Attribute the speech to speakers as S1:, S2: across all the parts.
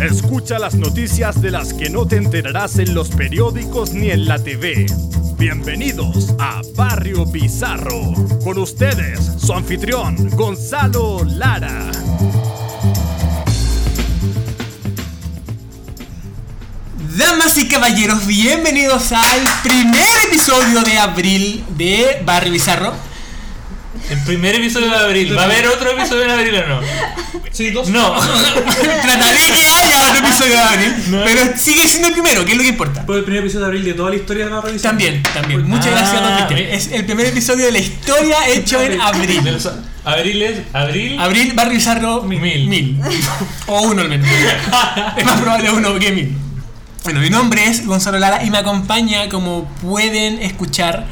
S1: Escucha las noticias de las que no te enterarás en los periódicos ni en la TV. Bienvenidos a Barrio Bizarro. Con ustedes, su anfitrión, Gonzalo Lara.
S2: Damas y caballeros, bienvenidos al primer episodio de abril de Barrio Bizarro.
S3: El primer episodio de abril. ¿Va a haber otro episodio en abril o no?
S4: Sí, dos.
S3: No.
S2: Trataré de que haya otro episodio de abril, pero sigue siendo el primero, que es lo que importa.
S4: Fue el primer episodio de abril de toda la historia de la revisión.
S2: También, también. Muchas
S3: Ah,
S2: gracias, don Cristian.
S3: mira.
S2: Es el primer episodio de la historia hecho en
S3: De
S2: abril.
S3: los- Abril es abril.
S4: Ah,
S2: Abril, Barrio Bizarro,
S3: Mil.
S2: mil. O uno al menos. es más probable uno que mil. Bueno, mi nombre es Gonzalo Lara y me acompaña, como pueden escuchar,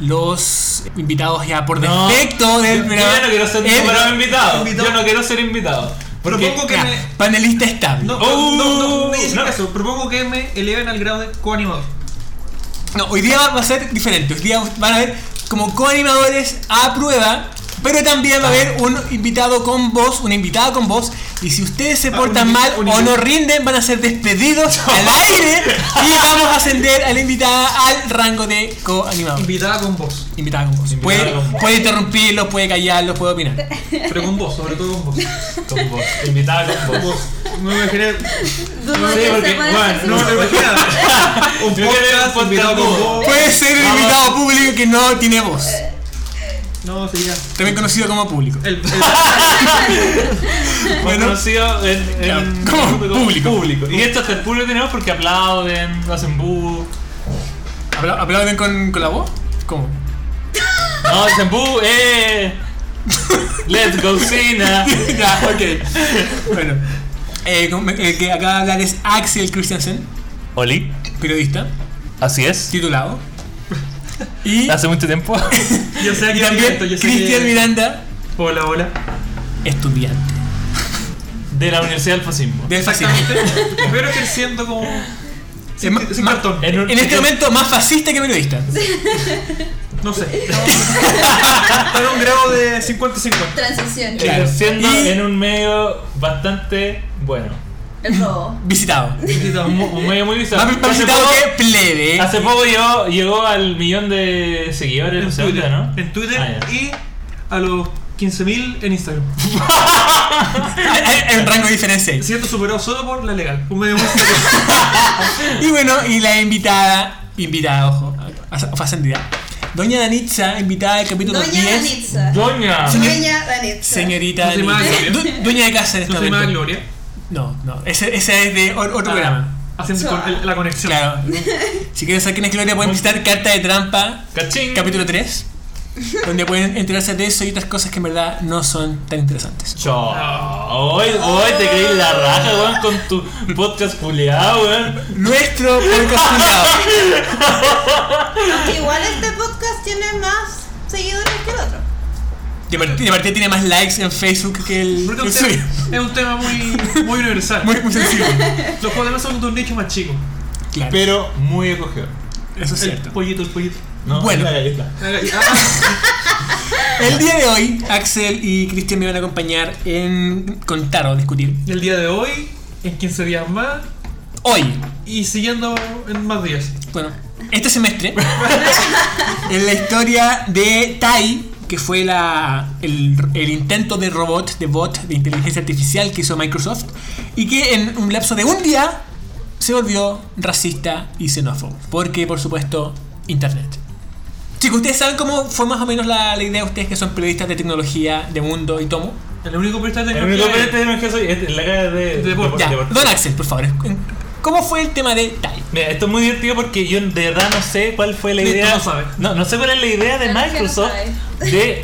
S2: los invitados ya por
S3: No.
S2: defecto del
S3: Yo ya no quiero ser nombrado
S2: el-
S3: invitado.
S4: Invitado.
S3: Yo no quiero ser invitado. Porque- Ah.
S4: Propongo que
S2: ya,
S4: me.
S2: panelista estable.
S4: No,
S3: Oh,
S4: no, no, no me dicen
S3: no.
S4: caso. Propongo que me eleven al grado de coanimador.
S2: No, hoy día va a ser diferente. Hoy día van a ver como coanimadores a prueba, pero también va a haber un invitado con voz, una invitada con voz. Y si ustedes se
S4: Ah,
S2: portan
S4: un
S2: mal
S4: invitado, un
S2: o no
S4: invitado.
S2: rinden, van a ser despedidos al aire y vamos a ascender a la invitada al rango de coanimador.
S4: Invitada con voz.
S2: Invitada con voz.
S3: Invitada
S2: Puede,
S3: con voz.
S2: puede interrumpirlos, puede callarlos, puede opinar.
S4: Pero con voz, sobre todo con voz.
S3: Con vos. Invitado con
S4: Con
S3: vos.
S4: voz. No me imaginé.
S5: Dudo
S3: Sí,
S5: que
S3: porque,
S5: sepan
S3: bueno,
S5: hacer-
S4: No me lo imaginaba. Un
S3: Yo quería un
S4: podcast
S3: podcast
S4: invitado con
S3: mudo.
S4: voz.
S2: Puede ser un
S3: Vamos.
S2: invitado público que no tiene voz,
S4: No, sería.
S2: también conocido como público.
S4: El, el,
S3: Fue
S2: Bueno.
S3: conocido en. en-
S2: Ya, como público.
S3: Y esto hasta el público tenemos porque aplauden, hacen bu.
S2: ¿Habla- ¿Aplauden con, con la voz? ¿Cómo?
S3: No, hacen bu, eh. Let's go, Cena.
S2: ya, ok. Bueno, eh, como- el que acaba de hablar es Axel Christensen,
S3: Oli,
S2: periodista,
S3: así es.
S2: titulado. Y,
S3: Hace mucho tiempo.
S4: yo sé
S2: y
S4: que
S2: también
S4: miento, yo sé
S2: Cristian
S4: que.
S2: Miranda,
S4: Hola, hola.
S2: estudiante.
S3: De la Universidad del Fascismo.
S2: Del fascismo.
S4: Exactamente. Espero que siendo como.
S2: Es
S4: Sin,
S2: ma-
S4: sin
S2: ma-
S4: cartón.
S3: En un-
S2: En este momento más fascista que periodista.
S4: No sé. Está en un grado de 50-50.
S5: Transición.
S3: Eh,
S2: Claro.
S3: Ejerciendo
S2: Y-
S3: en un medio bastante bueno.
S5: El robo.
S2: Visitado.
S4: Invitado.
S3: Un, un medio muy bizarro.
S2: Más
S3: Hace
S2: visitado
S3: poco,
S2: que plebe.
S3: hace poco llegó, llegó al millón de seguidores
S4: en
S3: en Twitter,
S4: Twitter,
S3: ¿no?
S4: En Twitter
S3: Ah, ya.
S4: y a los 15.000 en Instagram.
S2: Hay, hay- hay un rango de diferencia ahí.
S4: Si esto superó solo por la legal. Un medio muy serio.
S2: Y bueno, y la invitada, invitada, ojo, as- fue ascendida. Doña Danitza, invitada del capítulo
S5: Doña
S2: 10.
S5: Danitza.
S3: Doña.
S2: Señor-
S5: Doña Danitza.
S2: Señorita
S4: No se llama
S2: Danitza.
S4: Gloria.
S2: Du- dueña de casa en este
S4: No se
S2: momento.
S4: llama Gloria.
S2: No, no, ese, ese es de o-
S4: Ah.
S2: otro programa.
S4: Hacen con- el- la conexión.
S2: Claro. Si quieren saber quién es Gloria, pueden visitar Carta de Trampa,
S3: Cachín.
S2: capítulo 3, donde pueden enterarse de eso y otras cosas que en verdad no son tan interesantes.
S3: Cho. Hoy, hoy te creí la raja, weón, con tu podcast puleado, weón.
S2: Nuestro podcast culiao.
S5: Aunque igual este podcast tiene más seguidores que el otro.
S2: De part- de partida tiene más likes en Facebook que el,
S4: Porque
S2: que el
S4: es un
S2: suyo.
S4: tema- es un tema muy, muy universal.
S2: Muy, muy sencillo.
S4: Los juegos de mesa son de un nicho más chico.
S2: Claro,
S3: Pero muy acogedor.
S2: eso es
S4: El
S2: cierto. Eh,
S4: pollito, el pollito.
S3: No,
S2: Bueno.
S3: la galleta.
S4: Ah,
S2: El día de hoy, Axel y Cristian me van a acompañar en contar o discutir.
S4: el día de hoy, en 15 días más
S2: Hoy,
S4: y siguiendo en más días.
S2: Bueno, este semestre, en la historia de Tai, que fue la, el, el intento de robot, de bot, de inteligencia artificial que hizo Microsoft, y que en un lapso de un día se volvió racista y xenófobo. Porque, por supuesto, Internet. Chicos, ¿ustedes saben cómo fue más o menos la, la idea de ustedes que son periodistas de tecnología, de mundo y tomo?
S4: El único periodista de
S3: El único
S4: tecnología
S3: que
S2: este
S3: tenemos que soy es la cara de.
S4: De deporte.
S2: Ya,
S3: de este deporte.
S2: don Axel, por favor, ¿cómo fue el tema de Tai?
S3: Mira, esto es muy divertido porque yo de verdad no sé cuál fue la
S4: Listo,
S3: idea.
S4: no sabe.
S3: no, no sé cuál es la idea de
S5: Claro que no
S3: Microsoft de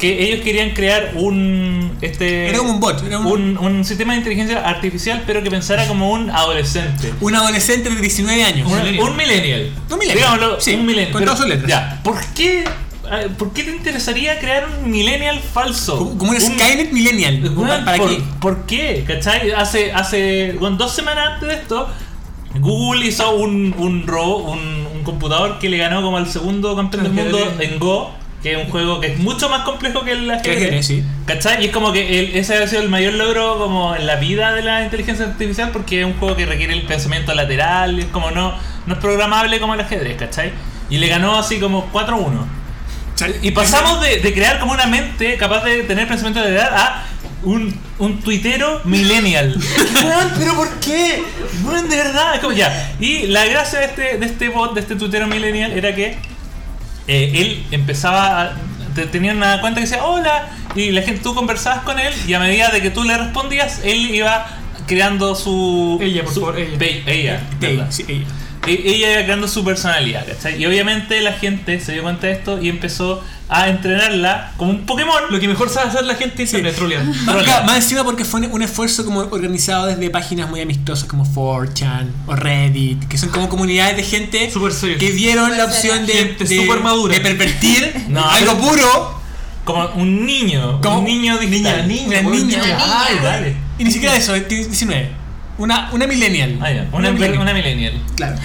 S3: que ellos querían crear un este
S2: Era como un bot, era un-
S3: un, un sistema de inteligencia artificial pero que pensara como un adolescente.
S2: Un adolescente de 19 años.
S3: Un,
S4: millennial.
S3: un millennial.
S2: Un millennial,
S3: Digámoslo,
S2: sí,
S3: un millennial.
S2: con
S3: Pero,
S2: todas sus letras.
S3: Ya, ¿por qué eh, por qué te interesaría crear un millennial falso?
S2: Como, como un, Skynet Millennial.
S3: Weón,
S2: ¿Para
S3: ¿por,
S2: qué?
S3: ¿Por qué? ¿Cachai? Hace, hace bueno, dos semanas antes de esto, Google hizo un, un robot, un, un computador que le ganó como al segundo campeón del
S4: Al
S3: mundo
S4: ajedrez.
S3: en Go. que es un juego que es mucho más complejo que el
S2: Que ajedrez, sí.
S3: ¿Cachai? Y es como que el- ese ha sido el mayor logro como en la vida de la inteligencia artificial porque es un juego que requiere el pensamiento lateral, y es como no, no es programable como el ajedrez, ¿cachai? Y le ganó así como 4-1. Y pasamos de, de crear como una mente capaz de tener pensamiento de edad a un, un tuitero millennial. Weón, ¿Pero por qué? Bueno, de verdad. es como ya. Y la gracia de este, de este bot, de este tuitero millennial, era que eh, él empezaba a, te- tenía una cuenta que decía hola y la gente tú conversabas con él y a medida de que tú le respondías él iba creando su
S4: Ella, por
S3: su-
S4: favor, ella.
S3: Ve- ella,
S2: Sí,
S3: ¿verdad?
S2: sí, ella.
S3: E- ella iba creando su personalidad ¿cachai? y obviamente la gente se dio cuenta de esto y empezó a entrenarla como un Pokémon
S4: Lo que mejor sabe hacer la gente es siempre trolear.
S2: Más,
S3: Trolear.
S2: más encima porque fue un esfuerzo como organizado desde páginas muy amistosas como 4chan o Reddit, que son como comunidades de gente
S4: Súper serio.
S2: que vieron la
S5: Súper
S2: opción de,
S4: Gente
S2: de-
S4: súper madura.
S2: de pervertir
S3: No,
S2: algo
S3: pero-
S2: puro
S3: como un niño
S2: Como
S3: un niño digital
S2: niña, niña,
S3: Una
S2: weón,
S5: niña.
S3: ay dale
S2: y ni siquiera eso, tiene 19. Una, una millennial.
S3: Ah, ya, una, una millennial
S2: Claro.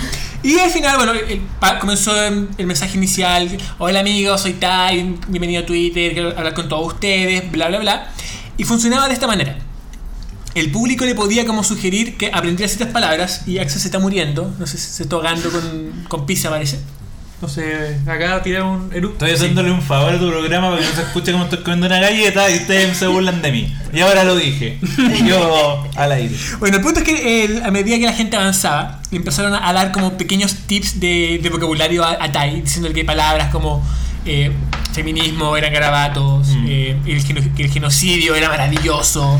S2: Y al final, bueno, el- pa- comenzó em, el mensaje inicial, hola amigos, soy Tai, bienvenido a Twitter, quiero hablar con todos ustedes, bla, bla, bla. Y funcionaba de esta manera. El público le podía como sugerir que aprendiera ciertas palabras y Axel se está muriendo, no sé, se está ahogando con, con pizza parece.
S4: No sé, acá tiré un eructo.
S3: Estoy haciéndole un favor a tu programa para que no se escuche como estoy comiendo una galleta y ustedes se burlan de mí. Y ahora lo dije. Yo al aire.
S2: Bueno, el punto es que el- a medida que la gente avanzaba, le empezaron a, a dar como pequeños tips de, de vocabulario a, a Tai, diciéndole que palabras como eh, feminismo eran garabatos,
S3: Mm.
S2: eh, el geno- que el genocidio era maravilloso,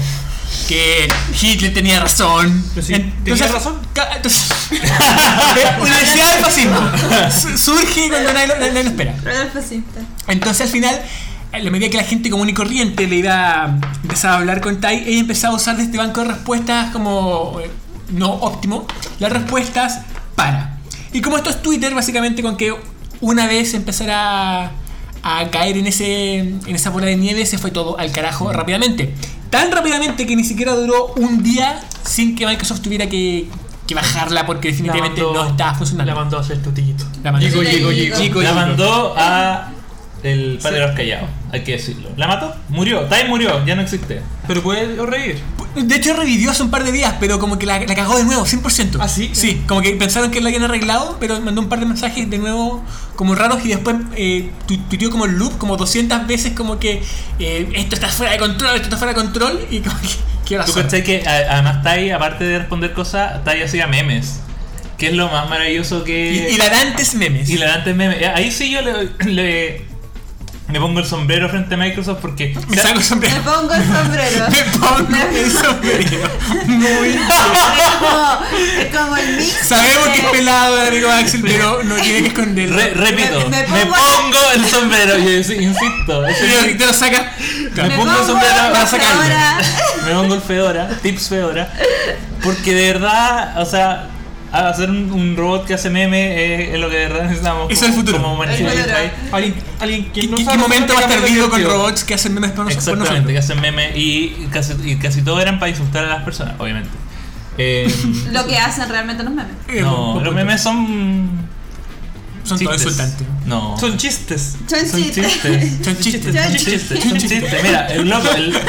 S2: que Hitler tenía razón.
S4: Pero sí,
S2: En-
S4: ¿tenía razón?
S2: ca- entonces- Universidad del fascismo. Su- Surge cuando nadie lo- nadie lo espera.
S5: Ronald fascista.
S2: Entonces al final, a la medida que la gente común y corriente le iba empezaba a hablar con Tai, ella empezaba a usar de este banco de respuestas como eh, no óptimo, las respuestas para. Y como esto es Twitter, básicamente con que una vez empezara a, a caer en, ese, en esa bola de nieve, se fue todo al carajo rápidamente. Tan rápidamente que ni siquiera duró un día sin que Microsoft tuviera que, que bajarla porque definitivamente
S4: La mandó-
S2: no estaba
S4: La
S2: funcionando.
S4: mandó a hacer tutillito.
S2: La mandó.
S5: Llegó, llegó, llegó.
S2: Llegó,
S3: La
S2: llegó.
S3: mandó a el padre de los callados, hay que decirlo. ¿La mató? Murió. Tai murió, ya no existe.
S4: Pero puede reír.
S2: De hecho revivió hace un par de días, pero como que la, la cagó de nuevo, 100%.
S4: ¿Ah, sí?
S2: Sí, como que pensaron que la habían arreglado, pero mandó un par de mensajes de nuevo como raros y después eh, tu- tuiteó como el loop, como 200 veces como que eh, esto está fuera de control, esto está fuera de control y como que... ¿Qué
S3: Tú
S2: razón?
S3: cachai que a- además Tai, aparte de responder cosas, Tai hacía memes. Que es lo más maravilloso que.
S2: Y- Hilarantes memes.
S3: Y la antes meme. Eh, Ahí sí yo le, le- me pongo el sombrero frente a Microsoft porque.
S2: Me saco el
S5: Me
S2: sombrero.
S5: pongo el sombrero.
S2: Me pongo el sombrero. Muy bien.
S5: Es como, es como el mix.
S2: Sabemos
S5: de-
S2: que es pelado el amigo Axel, pero no tiene que esconderlo.
S3: Re- repito, me,
S5: Me- me
S3: pongo...
S5: pongo-
S3: el sombrero, yo sí, insisto. ese-
S2: Pero te lo saca.
S3: Me
S5: Me
S3: pongo el
S5: pongo
S3: sombrero
S5: la
S3: para sacarlo.
S5: fedora.
S3: Me pongo el Fedora, tips Fedora. Porque de verdad, o sea, hacer un, un robot que hace meme es, es lo que de verdad necesitamos.
S2: Eso es el futuro.
S3: Como humanidad.
S5: El futuro.
S4: Alguien, alguien que
S2: ¿Qué,
S4: no
S2: qué-
S4: sabe
S2: qué momento va a estar vivo con
S4: divertido.
S2: robots que hacen memes por nosotros? por
S3: Exactamente, que
S2: nosotros?
S3: hacen meme y casi, y casi todo eran para insultar a las personas, obviamente. Eh,
S5: Lo que hacen realmente los memes.
S2: Eh,
S3: no,
S2: po-
S3: los
S2: po-
S3: memes son.
S2: son todo
S3: chistes.
S2: insultantes.
S3: No.
S4: Son chistes.
S5: Son
S3: Son chistes.
S2: Son chistes.
S5: Son
S3: Un chiste, un chiste. Mira, el loco, el,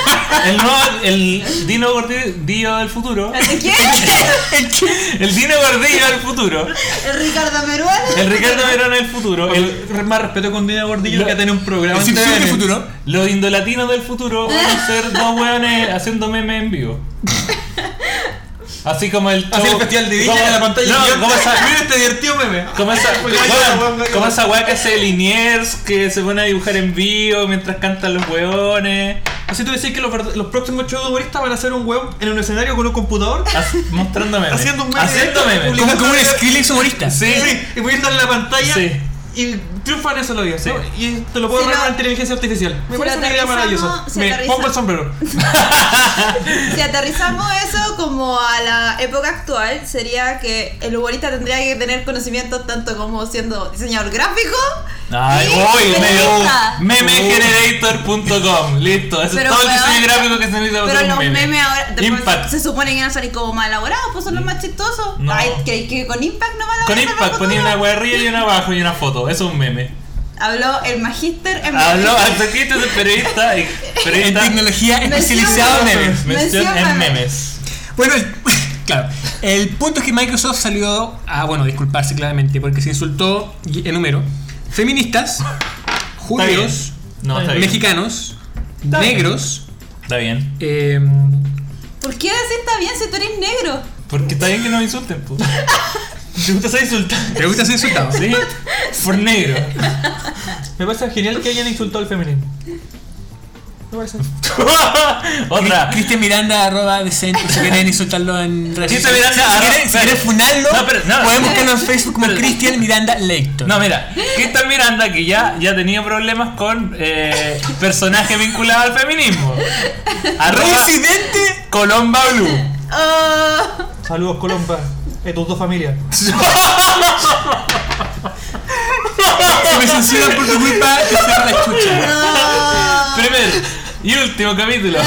S3: el nuevo, el Dino Gordillo Dio del futuro,
S5: ¿Quién?
S3: el Dino Gordillo del futuro,
S5: El Ricardo Meruano.
S3: el Ricardo Verón del futuro, el,
S4: El más respeto con Dina Gordillo
S3: Lo-
S4: que tiene un programa.
S2: El
S4: en
S2: Simpson del
S4: TVN.
S2: futuro.
S3: los indolatinos del futuro van a ser dos weones haciendo meme en vivo. Así como el
S4: Así el
S3: show-
S4: festival de
S3: como-
S4: Viña en la pantalla.
S3: No, como esa,
S4: Mira este divertido meme.
S3: como esa, weón, como esa weá que hace Liniers, que se pone a dibujar en vivo mientras cantan los weones,
S4: Así tú decís que los, verd- los próximos shows de humoristas van a ser un huevo en un escenario con un computador.
S3: as- mostrando memes.
S4: Haciendo un meme
S3: Haciendo
S4: directo,
S3: memes.
S2: Como, como un Skrillex humorista.
S3: Sí.
S4: Y voy a estar en la pantalla.
S3: Sí.
S4: Y triunfan eso lo digo.
S3: Sí.
S4: Y te lo puedo
S5: Si
S4: dar a
S5: lo-
S4: la inteligencia artificial. Me
S5: si
S4: parece
S5: lo
S4: una idea
S5: aterrizamos-
S4: maravillosa.
S5: si
S4: Me
S5: aterriza-
S4: pongo el sombrero.
S5: Si aterrizamos eso como a la época actual, sería que el humorista tendría que tener conocimientos tanto como siendo diseñador gráfico.
S3: Ay,
S5: y
S3: voy,
S5: periodista.
S3: me- memegenerator.com. Listo, eso es
S5: Pero,
S3: todo el diseño
S5: weón,
S3: gráfico que se necesita para
S5: Pero
S3: hacer
S5: los
S3: un meme.
S5: memes ahora después
S3: Impact. Mm.
S5: se supone que van a salir como más elaborados, pues son los más chistosos.
S3: No.
S5: Ay, que, que con Impact no van a
S3: Con
S5: salir
S3: Impact
S5: más
S3: ponía
S5: fotos.
S3: una weá arriba y una abajo y una foto. Eso es un meme.
S5: Habló el magíster en
S3: Habló
S5: magíster.
S3: al saquito de periodista. y-
S2: En
S3: periodista
S2: tecnología especializada en memes.
S3: mención en
S5: mención-
S3: memes.
S2: Bueno, el- claro. El punto es que Microsoft salió a, bueno, disculparse claramente porque se insultó y enumeró feministas,
S3: Está bien.
S2: judíos,
S3: No, está bien.
S2: mexicanos,
S4: bien.
S2: negros,
S3: Está bien.
S2: eh,
S5: ¿Por qué decir está bien si tú eres negro?
S3: Porque está bien que no me insulten, pues. ¿Te gusta ser insultado?
S2: ¿te gusta ser insultado?
S3: Sí. Por negro.
S4: Me parece genial que hayan insultado al feminismo. Me parece.
S3: Otra.
S2: Cristian Miranda arroba decente si quieren insultarlo en redes
S3: Cristian
S2: sociales.
S3: Miranda,
S2: si
S3: arroba-
S2: quieren, si quieren funarlo,
S3: No, pero- no.
S2: pueden buscarlo en Facebook como
S3: Pero-
S2: Cristian Miranda Lector.
S3: No, mira, Cristian Miranda que ya, ya tenía problemas con eh, personajes vinculados al feminismo. Arroba
S2: ¡Residente!
S3: Colomba Blue.
S5: Oh,
S4: Saludos, Colomba. De tus dos familias.
S2: Si me censuran por tu culpa, te saco la chucha.
S5: no.
S3: Primer y último capítulo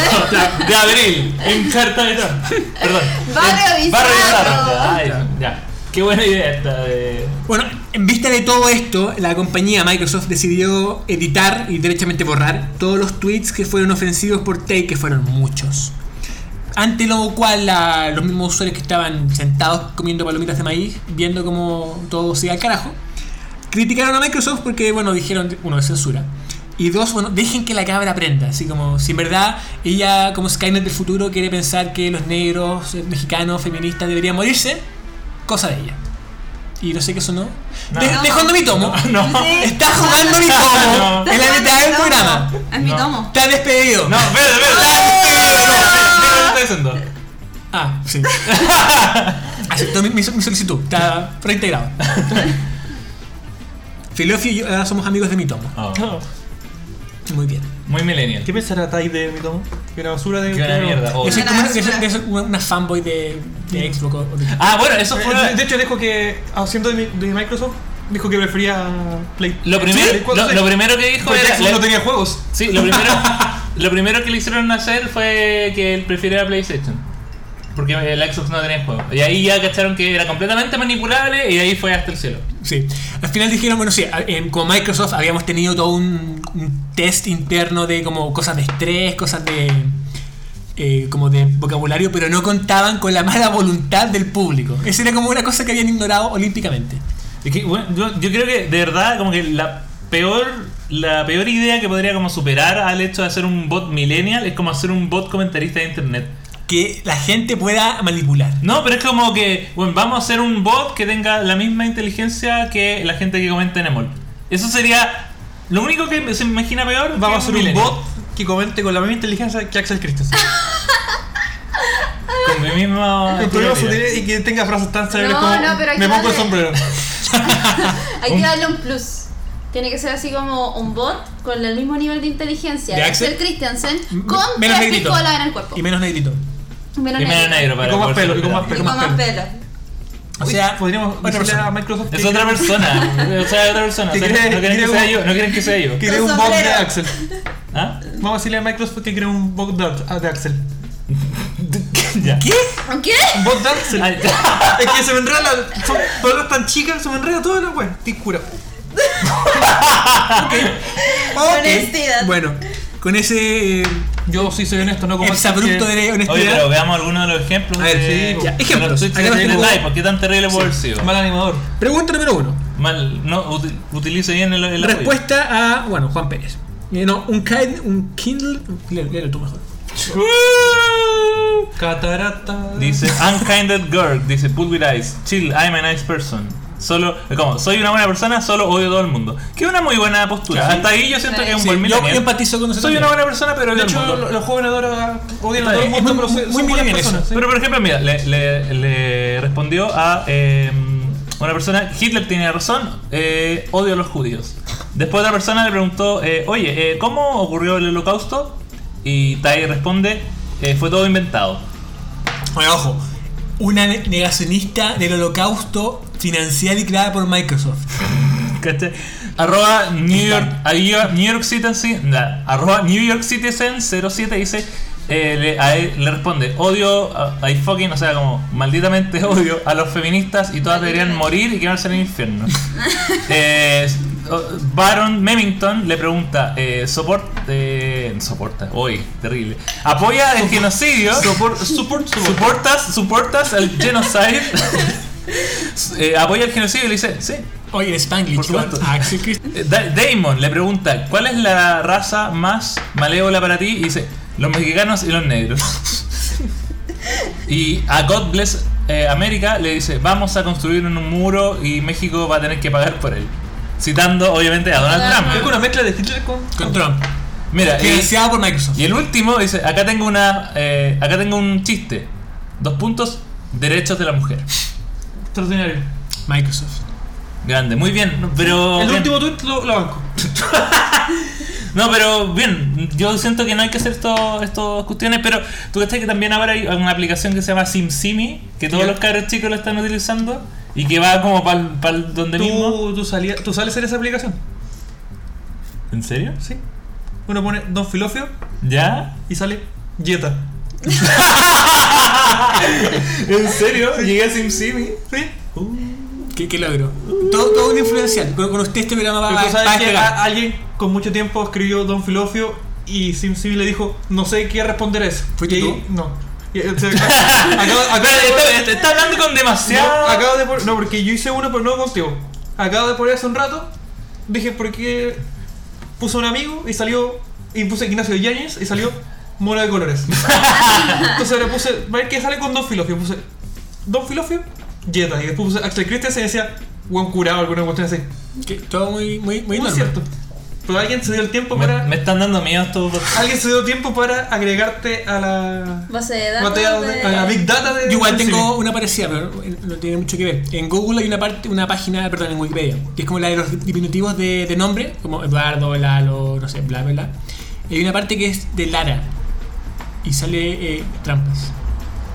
S3: de abril en Carta de Tron. Perdón.
S5: Barrio
S3: En Barrio
S5: Bizarro.
S3: Bizarro. Ay, ya. Qué buena idea esta de.
S2: Bueno, en vista de todo esto, la compañía Microsoft decidió editar y derechamente borrar todos los tweets que fueron ofensivos por Tay, que fueron muchos. Ante lo cual la- los mismos usuarios que estaban sentados comiendo palomitas de maíz, viendo cómo todo se iba al carajo, criticaron a Microsoft porque, bueno, dijeron, uno, es censura. Y dos, bueno, dejen que la cámara aprenda. Así como, si en verdad ella, como Skynet del futuro, quiere pensar que los negros, eh, mexicanos, feministas deberían morirse, cosa de ella. Y no sé qué sonó.
S3: No.
S2: De- Dejando mi tomo.
S3: No.
S5: Ah, Sí.
S2: Está jugando mi
S3: No.
S2: tomo
S5: Está
S2: en la
S5: jugando
S2: mitad
S5: mi
S2: del
S5: tomo.
S2: programa.
S5: Es mi
S3: No.
S5: tomo.
S2: Está despedido.
S3: No, espérate, espérate. No, no, no, no, no, no, no, no, no, no, no, no, no, no, no.
S2: Ah, sí. Aceptó mi, mi so- mi solicitud. Está reintegrado. Filofio y yo ahora somos amigos de mi tomo.
S3: Oh,
S2: Muy bien.
S3: Muy millennial.
S4: ¿Qué pensará Tai de mi tomo? Que Eh, una basura de.
S3: Qué buena mierda. oh.
S2: Yo soy
S5: Una
S2: como una,
S5: basura.
S2: yo soy- yo soy una- una fanboy de, de Xbox. o- o de-
S3: Ah, bueno, eso fue.
S4: Eh,
S3: una-
S4: De de hecho, dijo que, haciendo de, mi- de Microsoft, dijo que prefería Play.
S3: Lo
S4: Play
S3: primero,
S4: cuatro,
S3: lo,
S4: sí.
S3: lo primero que dijo
S4: Porque
S3: era.
S4: Xbox no tenía juegos.
S3: Sí, lo primero, lo primero que le hicieron hacer fue que él prefiriera PlayStation. Porque el Xbox no tenía juego. Y ahí ya cacharon que era completamente manipulable y ahí fue hasta el cielo.
S2: Sí. Al final dijeron, bueno, sí, a- em, como Microsoft habíamos tenido todo un, un test interno de como cosas de estrés, cosas de eh, como de vocabulario, pero no contaban con la mala voluntad del público. Esa era como una cosa que habían ignorado olímpicamente.
S3: Es que, bueno, yo, yo creo que de verdad como que la peor la peor idea que podría como superar al hecho de hacer un bot millennial es como hacer un bot comentarista de internet.
S2: Que la gente pueda manipular.
S3: No, pero es como que, bueno, vamos a hacer un bot que tenga la misma inteligencia que la gente que comenta en Emol. Eso sería lo único que se me imagina peor. que
S4: Vamos a hacer un
S3: millennial.
S4: bot que comente con la misma inteligencia que Axel Christensen.
S3: con mi mismo
S2: Ah,
S4: El problema sutil y que tenga frases tan célebres
S5: No,
S4: como
S5: no, pero hay
S4: me
S5: que
S4: pongo el
S5: darle-
S4: sombrero.
S5: Hay que darle un plus. Tiene que ser así como un bot con el mismo nivel de inteligencia
S2: ¿De
S5: de
S2: Axel?
S5: Axel Christiansen
S2: M-
S5: con
S2: menos
S5: tres
S2: negrito.
S5: picolas en el cuerpo.
S2: Y menos negrito.
S5: menos
S3: Primero negro para
S4: Y con más
S3: poder
S4: pelo, y con más
S5: Y
S3: superar.
S5: con más pelo.
S2: O sea,
S4: podríamos
S2: otra
S4: decirle
S2: persona.
S4: a Microsoft
S3: Es
S4: que
S3: otra
S4: cree-
S3: persona. O sea, es otra persona. O
S4: Que
S3: sea,
S4: cree-
S3: no quieren que
S4: cree
S3: sea
S4: un-
S3: yo. No quieren que sea yo.
S4: que cree
S5: Con
S4: un bot de
S5: sombrero.
S4: Axel.
S3: ¿Ah?
S4: Vamos a decirle a Microsoft que cree un bot de, Ax- ah, de Axel.
S3: Ya.
S2: ¿Qué?
S5: ¿Qué?
S4: Un bot de Axel.
S3: Ay,
S4: es que se me enreda la. Son palabras tan chicas, se me enreda toda la wea. Te cura.
S2: Ok.
S5: Honestidad.
S2: Bueno, con ese eh,
S4: Yo sí soy honesto, no como. Axel,
S2: exabrupto
S4: que-
S2: de honestidad.
S3: Oye, pero veamos algunos de los ejemplos.
S2: A ver,
S3: de-
S2: sí, ya.
S3: de
S2: Ejemplos.
S3: los tweets que
S2: Acá los
S3: tiene
S2: tengo.
S3: Dai, ¿Por qué tan terrible puede haber sido?
S4: Mal animador.
S2: Pregunta número uno.
S3: Mal, no, uti- utilice bien el, el apoyo.
S2: Respuesta a, bueno, Juan Pérez. Eh, No, un, kind- un Kindle. Léelo, léelo tú mejor.
S4: Catarata.
S3: Dice, unkinded girl, dice, put with eyes, chill, I'm a nice person. Solo, como, soy una buena persona, solo odio a todo el mundo. Que es una muy buena postura.
S2: Sí.
S3: Hasta ahí yo siento que es un
S2: Sí,
S3: buen
S2: yo, yo
S3: millennial.
S2: empatizo con eso.
S3: Soy
S2: también.
S3: una buena persona, pero odio
S4: De
S3: al
S4: hecho,
S3: mundo.
S4: lo- los jóvenes ahora odian a
S2: Está
S4: todo el
S2: bien,
S4: mundo,
S2: es muy-
S4: pero se-
S2: muy
S4: son buenas
S2: millennial eso.
S4: personas. sí.
S3: Pero por ejemplo, mira, le, le- le respondió a eh, una persona, Hitler tiene razón, eh, odio a los judíos. Después otra persona le preguntó, eh, oye, eh, ¿cómo ocurrió el holocausto? Y Tai responde, eh, fue todo inventado.
S2: Bueno, ojo. Una ne- negacionista del holocausto financiada y creada por Microsoft.
S3: ¿Cachai? Arroba New York, arroba New York Citizen, nah, arroba New York Citizen 07 dice, eh, le, a él- le responde, odio, a- I fucking, o sea, como, malditamente odio a los feministas y todas deberían morir y quemarse en el infierno. Eh, Oh, Baron Memington le pregunta, eh, ¿soport, eh, soporta, hoy, terrible, apoya el genocidio, soportas, soportas el genocide, Eh, apoya el genocidio y le dice, sí.
S2: Oye, en
S3: Por
S2: Spanglish, Ah, what?
S3: supuesto.
S2: Axel Christ-
S3: Eh, Da- Damon le pregunta, ¿cuál es la raza más malévola para ti? Y dice, los mexicanos y los negros. Y a God Bless eh, America le dice, vamos a construir un muro y México va a tener que pagar por él. Citando, obviamente, a Donald
S5: Ajá.
S4: Es
S3: Trump.
S4: una mezcla de Hitler con.
S2: Con Trump.
S3: Mira, y-
S2: Financiado por Microsoft.
S3: y el último dice, acá tengo una, eh, acá tengo un chiste. Dos puntos, derechos de la mujer.
S4: Extraordinario.
S2: Microsoft.
S3: Grande, muy bien, no, pero
S4: El
S3: bien.
S4: último tweet lo, lo banco.
S3: no, pero bien, yo siento que no hay que hacer esto- estas cuestiones, pero tú crees que también ahora hay una aplicación que se llama SimSimi, que todos
S4: Ya.
S3: los cabros chicos lo están utilizando y que va como para donde mismo.
S4: ¿Tú, tú, salías- tú sales en esa aplicación.
S3: ¿En serio?
S4: Sí. Uno pone Don Filofio
S3: ¿Ya?
S4: y sale Dieta.
S3: ¿En serio? Llegué a SimSimi.
S4: ¿Sí?
S2: ¿Qué, qué logro? Todo, todo un influencial. Con, con usted este programa va,
S4: Pero
S2: va,
S4: tú
S2: va a
S4: sabes que
S2: despegar.
S3: ah,
S4: a- alguien con mucho tiempo escribió Don Filofio y Sim Sim le dijo, no sé qué responder eso.
S2: ¿Fuiste
S4: Y-
S2: tú?
S4: No. Y- o sea, acabo, acabo
S3: Espérate,
S4: de
S3: está,
S4: poner-
S3: está- está hablando con demasiado.
S4: no, acabo de poner- no, porque yo hice uno, pero no contigo. Acabo de poner hace un rato, dije, porque puse un amigo y salió, y puse Ignacio Yáñez y salió mono de colores. Entonces le puse, va a ver qué sale con Don Filofio. Puse Don Filofio, Jetta, y después puse Axel Christensen y decía, buen curado, alguna cuestión así.
S2: Que todo muy, muy, muy,
S4: Muy
S2: normal.
S4: cierto. Pero alguien se dio el tiempo
S3: me,
S4: para.
S3: me están dando miedo estos dos.
S4: Alguien se dio tiempo para agregarte a la.
S5: Base de datos
S4: batalla
S5: de-
S4: de- a la Big Data de.
S2: Yo igual
S4: del
S2: tengo
S4: cine.
S2: una parecida, pero no tiene mucho que ver. En Google hay una parte, una página, perdón, en Wikipedia, que es como la de los diminutivos de, de nombre, como Eduardo, Lalo, no sé, bla, bla, bla. Y hay una parte que es de Lara. Y sale eh, trampas.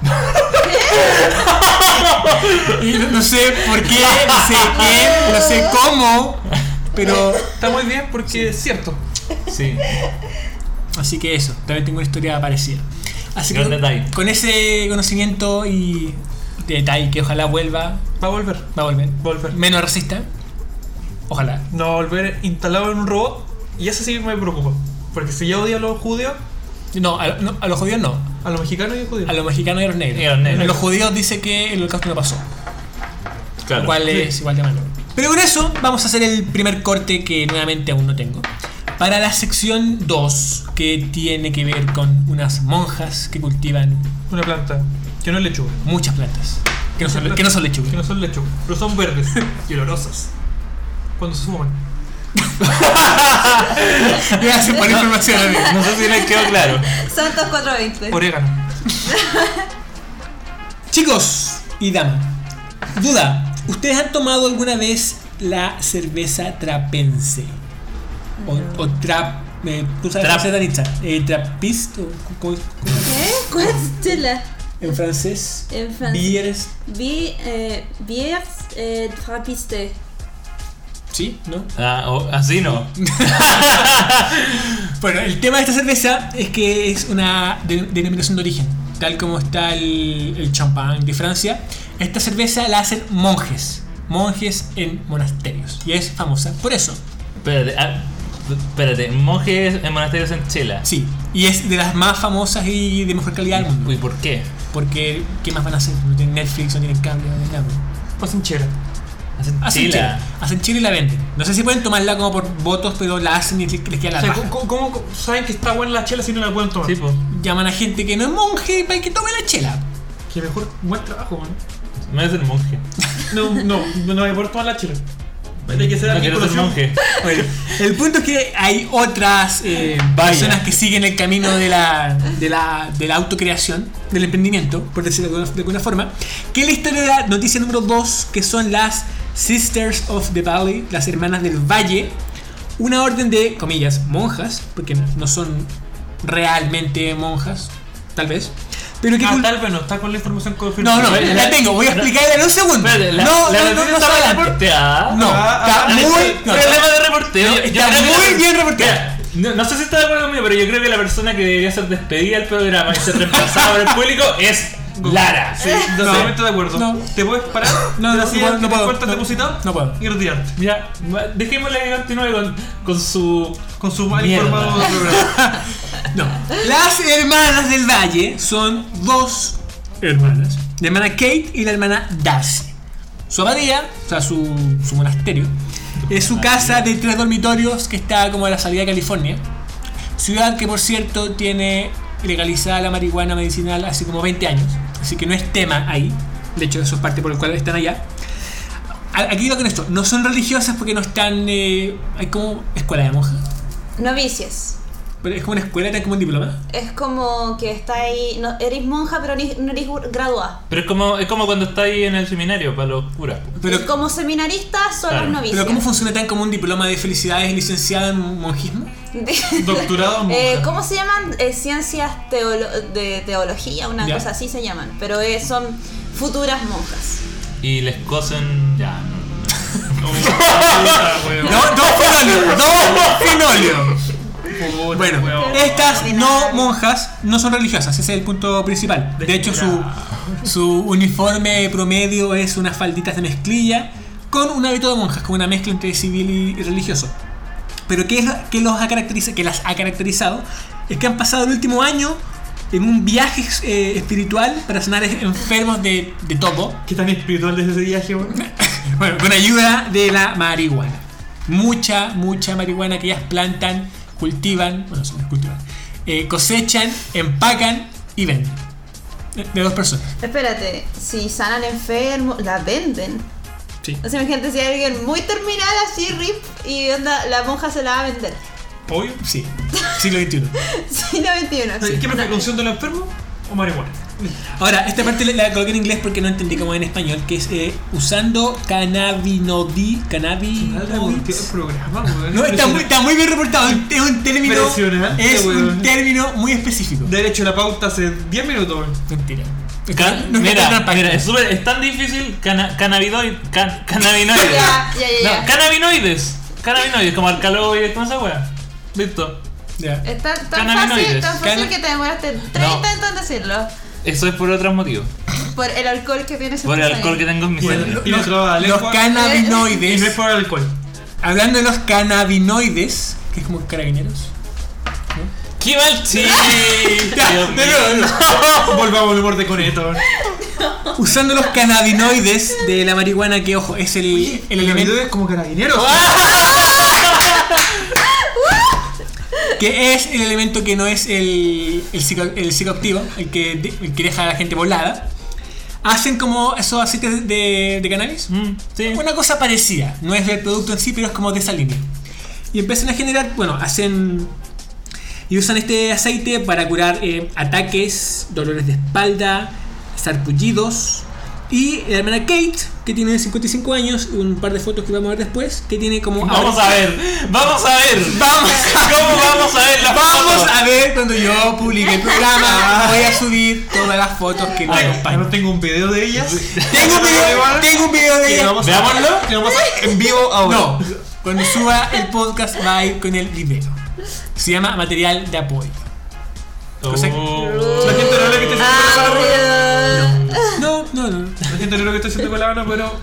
S2: y no, no sé por qué, no sé quién, no sé cómo, pero...
S4: Está muy bien porque es cierto.
S3: Sí.
S2: Así que eso, también tengo una historia parecida. Así
S3: Gran
S2: que
S3: detalle.
S2: con ese conocimiento y detalle que ojalá vuelva
S4: Va a volver.
S2: Va a volver.
S4: Volver.
S2: Menos racista. Ojalá.
S4: No va a volver instalado en un robot. Y eso sí me preocupa. Porque si yo odio a los judíos,
S2: No, a, no, a los judíos no.
S4: a los mexicanos y a los judíos.
S2: A los mexicanos y a los negros.
S3: Y a los negros.
S2: A los judíos dice que el holocausto no pasó. Lo cual es igual de malo. Pero con eso vamos a hacer el primer corte que nuevamente aún no tengo. Para la sección 2, que tiene que ver con unas monjas que cultivan
S4: Una planta. Que no es lechuga.
S2: muchas plantas. Que no son, que no son lechugas.
S4: Que no son lechuga. Pero son verdes y olorosas. Cuando se fuman.
S2: Gracias por la información, amigo.
S3: No sé si les quedó claro.
S5: Santos 420.
S4: Orégano.
S2: Chicos y damas, duda, ¿ustedes han tomado alguna vez la cerveza trapense? O, o trap... eh, ¿Tú sabes
S3: Trap.
S2: qué es Danitza? Eh, trapiste, o co- co- co-
S5: ¿Qué? ¿Cuál es chela?
S2: en francés.
S5: En francés.
S2: Bieres.
S5: Bi- eh, bières eh, trapiste.
S2: ¿Sí? ¿No?
S3: Ah, o- así no.
S2: Bueno, el tema de esta cerveza es que es una de- denominación de origen. Tal como está el, el champán de Francia, esta cerveza la hacen monjes. Monjes en monasterios. Y es famosa por eso.
S3: Espérate, ah, espérate, monjes en monasterios en Chela.
S2: Sí, y es de las más famosas y de mejor calidad del mundo.
S3: Uy, ¿por qué?
S2: Porque, ¿qué más van a hacer? No tienen Netflix, no tienen cable, no tienen nada.
S4: Pasen chera.
S3: Hacen
S2: Hacen chile.
S3: Chela.
S2: Hacen chile y la venden. No sé si pueden tomarla como por votos, pero la hacen y les les queda
S4: O
S2: la
S4: sea,
S2: raja.
S4: ¿cómo, cómo- cómo saben que está buena la chela si no la pueden tomar?
S3: Sí, pues.
S2: Llaman a gente que no es monje para que tome la chela.
S4: Que mejor, buen trabajo, man.
S3: No es el monje.
S4: No, no, no voy a poder tomar la chela. Hay que ser
S3: no quiero ser
S4: articulación.
S3: monje.
S2: Bueno, el punto es que hay otras eh,
S3: Vaya.
S2: personas que siguen el camino de la, de la, de la autocreación, del emprendimiento, por decirlo de alguna, de alguna forma, que es la historia de la noticia número 2, que son las Sisters of the Valley, las hermanas del valle, una orden de, comillas, monjas, porque no son realmente monjas, tal vez, pero que...
S4: Ah,
S2: cul-
S4: tal vez no está con la información confirmada.
S2: no, no,
S3: Espérate,
S2: la
S3: la-
S2: tengo, voy a
S3: la-
S2: explicarla en un segundo.
S3: Espérate, la,
S2: no,
S3: la
S2: no, no,
S3: noticia
S2: no,
S3: está
S2: se adelante.
S3: reporteada.
S2: No,
S4: Ah,
S2: está
S4: ah,
S2: muy... no,
S3: Problema de reporteo.
S2: No,
S3: Yo
S2: está
S3: creo que
S2: muy
S3: la-
S2: bien reporteado.
S3: Mira, No, no sé si está de acuerdo conmigo, pero yo creo que la persona que debería ser despedida del programa y ser reemplazada por el público es Lara.
S4: Sí, totalmente de acuerdo.
S2: No.
S4: Te puedes parar,
S2: No, no,
S4: te la silla
S2: no
S4: que te
S2: puedo,
S4: encuentras
S2: no.
S4: depositado
S2: No puedo.
S4: y retirarte.
S3: Ya, va- dejémosle que continúe con, con su.
S4: Con su mal
S3: Mierda.
S4: informado programa.
S2: No. Las hermanas del valle son dos hermanas. La hermana Kate y la hermana Darcy. Su abadía, o sea, su, su monasterio, es su casa de tres dormitorios que está como a la salida de California. Ciudad que, por cierto, tiene legalizada la marihuana medicinal hace como 20 años. Así que no es tema ahí. De hecho, eso es parte por el cual están allá. A- Aquí digo con esto, no son religiosas porque no están... eh, hay como escuela de monjas.
S5: Novicias.
S2: Pero es como una escuela, tienen como un diploma.
S5: Es como que está ahí. No, eres monja, pero ni- no eres graduada.
S3: Pero es como, es como cuando estáis en el seminario para los curas.
S2: Pero,
S5: y como seminarista son
S3: Claro.
S5: los novicias.
S2: pero ¿cómo funciona tan como un diploma de felicidades licenciada en monjismo?
S4: Doctorado en
S5: Eh,
S4: monja.
S5: ¿Cómo se llaman? Eh, ciencias teolo- de teología, una
S2: Ya.
S5: cosa así se llaman. Pero eh, son futuras monjas.
S3: Y les cosen. Ya, no.
S4: Ah,
S2: No, dos finolio, dos finolio. Bueno, estas no monjas no son religiosas, ese es el punto principal. De hecho, su, su uniforme promedio es unas falditas de mezclilla con un hábito de monjas, como una mezcla entre civil y religioso. Pero ¿qué es lo que, los ha caracteriza, que las ha caracterizado? Es que han pasado el último año en un viaje eh, espiritual para sanar enfermos de, de todo.
S4: ¿Qué tan espiritual desde ese viaje, weón?
S2: Bueno, con ayuda de la marihuana. Mucha, mucha marihuana que ellas plantan, cultivan, bueno, son cultivan, eh, cosechan, empacan y venden. De, de dos personas.
S5: Espérate, si sanan enfermos, la venden.
S2: Sí.
S5: O sea, imagínate si hay alguien muy terminal así, rip, y onda, la monja se la va a vender.
S4: Obvio.
S2: Sí, siglo XXI.
S5: Siglo XXI.
S4: ¿Qué prefieres, consumo del enfermo o marihuana?
S2: Ahora, esta parte la coloqué en inglés porque no entendí cómo en español, que es eh, usando cannabinodi,
S4: el
S2: cannabinoides.
S4: programa, weón.
S2: No, está muy, está muy bien reportado, es un término,
S4: Impresionante,
S2: es un
S4: weón.
S2: término muy específico.
S4: De hecho, la pauta hace 10 minutos, weón.
S2: Mentira.
S3: Can-
S2: No es que
S3: mira,
S2: tengan página.
S3: mira, es, súper- es tan difícil. Cana, cannabidoid- can- cannabinoides.
S5: Ya, ya, ya, ya.
S3: No, cannabinoides. Cannabinoides, como alcaloides, ¿cómo esa wea? Listo.
S2: Ya.
S5: Es tan, tan
S3: Cannabinoides.
S5: fácil, tan fácil
S2: Cana-
S5: que te demoraste 30 intentos en decirlo.
S3: Eso es por otros motivos.
S5: Por el alcohol que tienes en
S3: Por
S5: tu
S3: el alcohol que
S5: sangre.
S3: tengo en mi
S4: Bueno,
S3: sangre.
S4: y
S2: los,
S4: otro a la
S2: los
S4: lengua. Y no es
S2: cannabinoides.
S4: por el alcohol.
S2: Hablando de los cannabinoides, que es como carabineros.
S3: ¡Qué mal chiste! Dios mío.
S4: Volvamos al borde con esto, weón.
S2: Usando los cannabinoides de la marihuana, que ojo, es el, el elemento
S4: es como carabineros.
S2: que es el elemento que no es el, el, psico- el psicoactivo, el que, de- el que deja a la gente volada. Hacen como esos aceites de, de cannabis.
S3: Mm, sí.
S2: Una cosa parecida, no es del producto en sí, pero es como de esa línea. Y empiezan a generar, bueno, hacen. Y usan este aceite para curar eh, ataques, dolores de espalda, sarpullidos. Y la hermana Kate, que tiene 55 años, un par de fotos que vamos a ver después, que tiene como.
S3: Vamos a ver, vamos a ver.
S2: Vamos a ver.
S3: ¿Cómo vamos a ver la
S2: Vamos
S3: foto?
S2: a ver cuando yo publique el programa. Voy a subir todas las fotos que me
S3: Ay,
S2: acompañan.
S4: no tengo un video de ellas.
S2: Tengo un video, tengo un video de ella.
S4: vamos
S3: Veámoslo.
S4: Que lo pasa en vivo ahora.
S2: No, cuando suba el podcast va a ir con el video. Se llama material de apoyo. Cosa que-
S4: La
S3: Oh.
S4: gente no ve lo que estoy haciendo con la mano.
S5: Ah,
S2: No, no, no.
S4: La gente no ve lo que estoy haciendo con la mano, pero.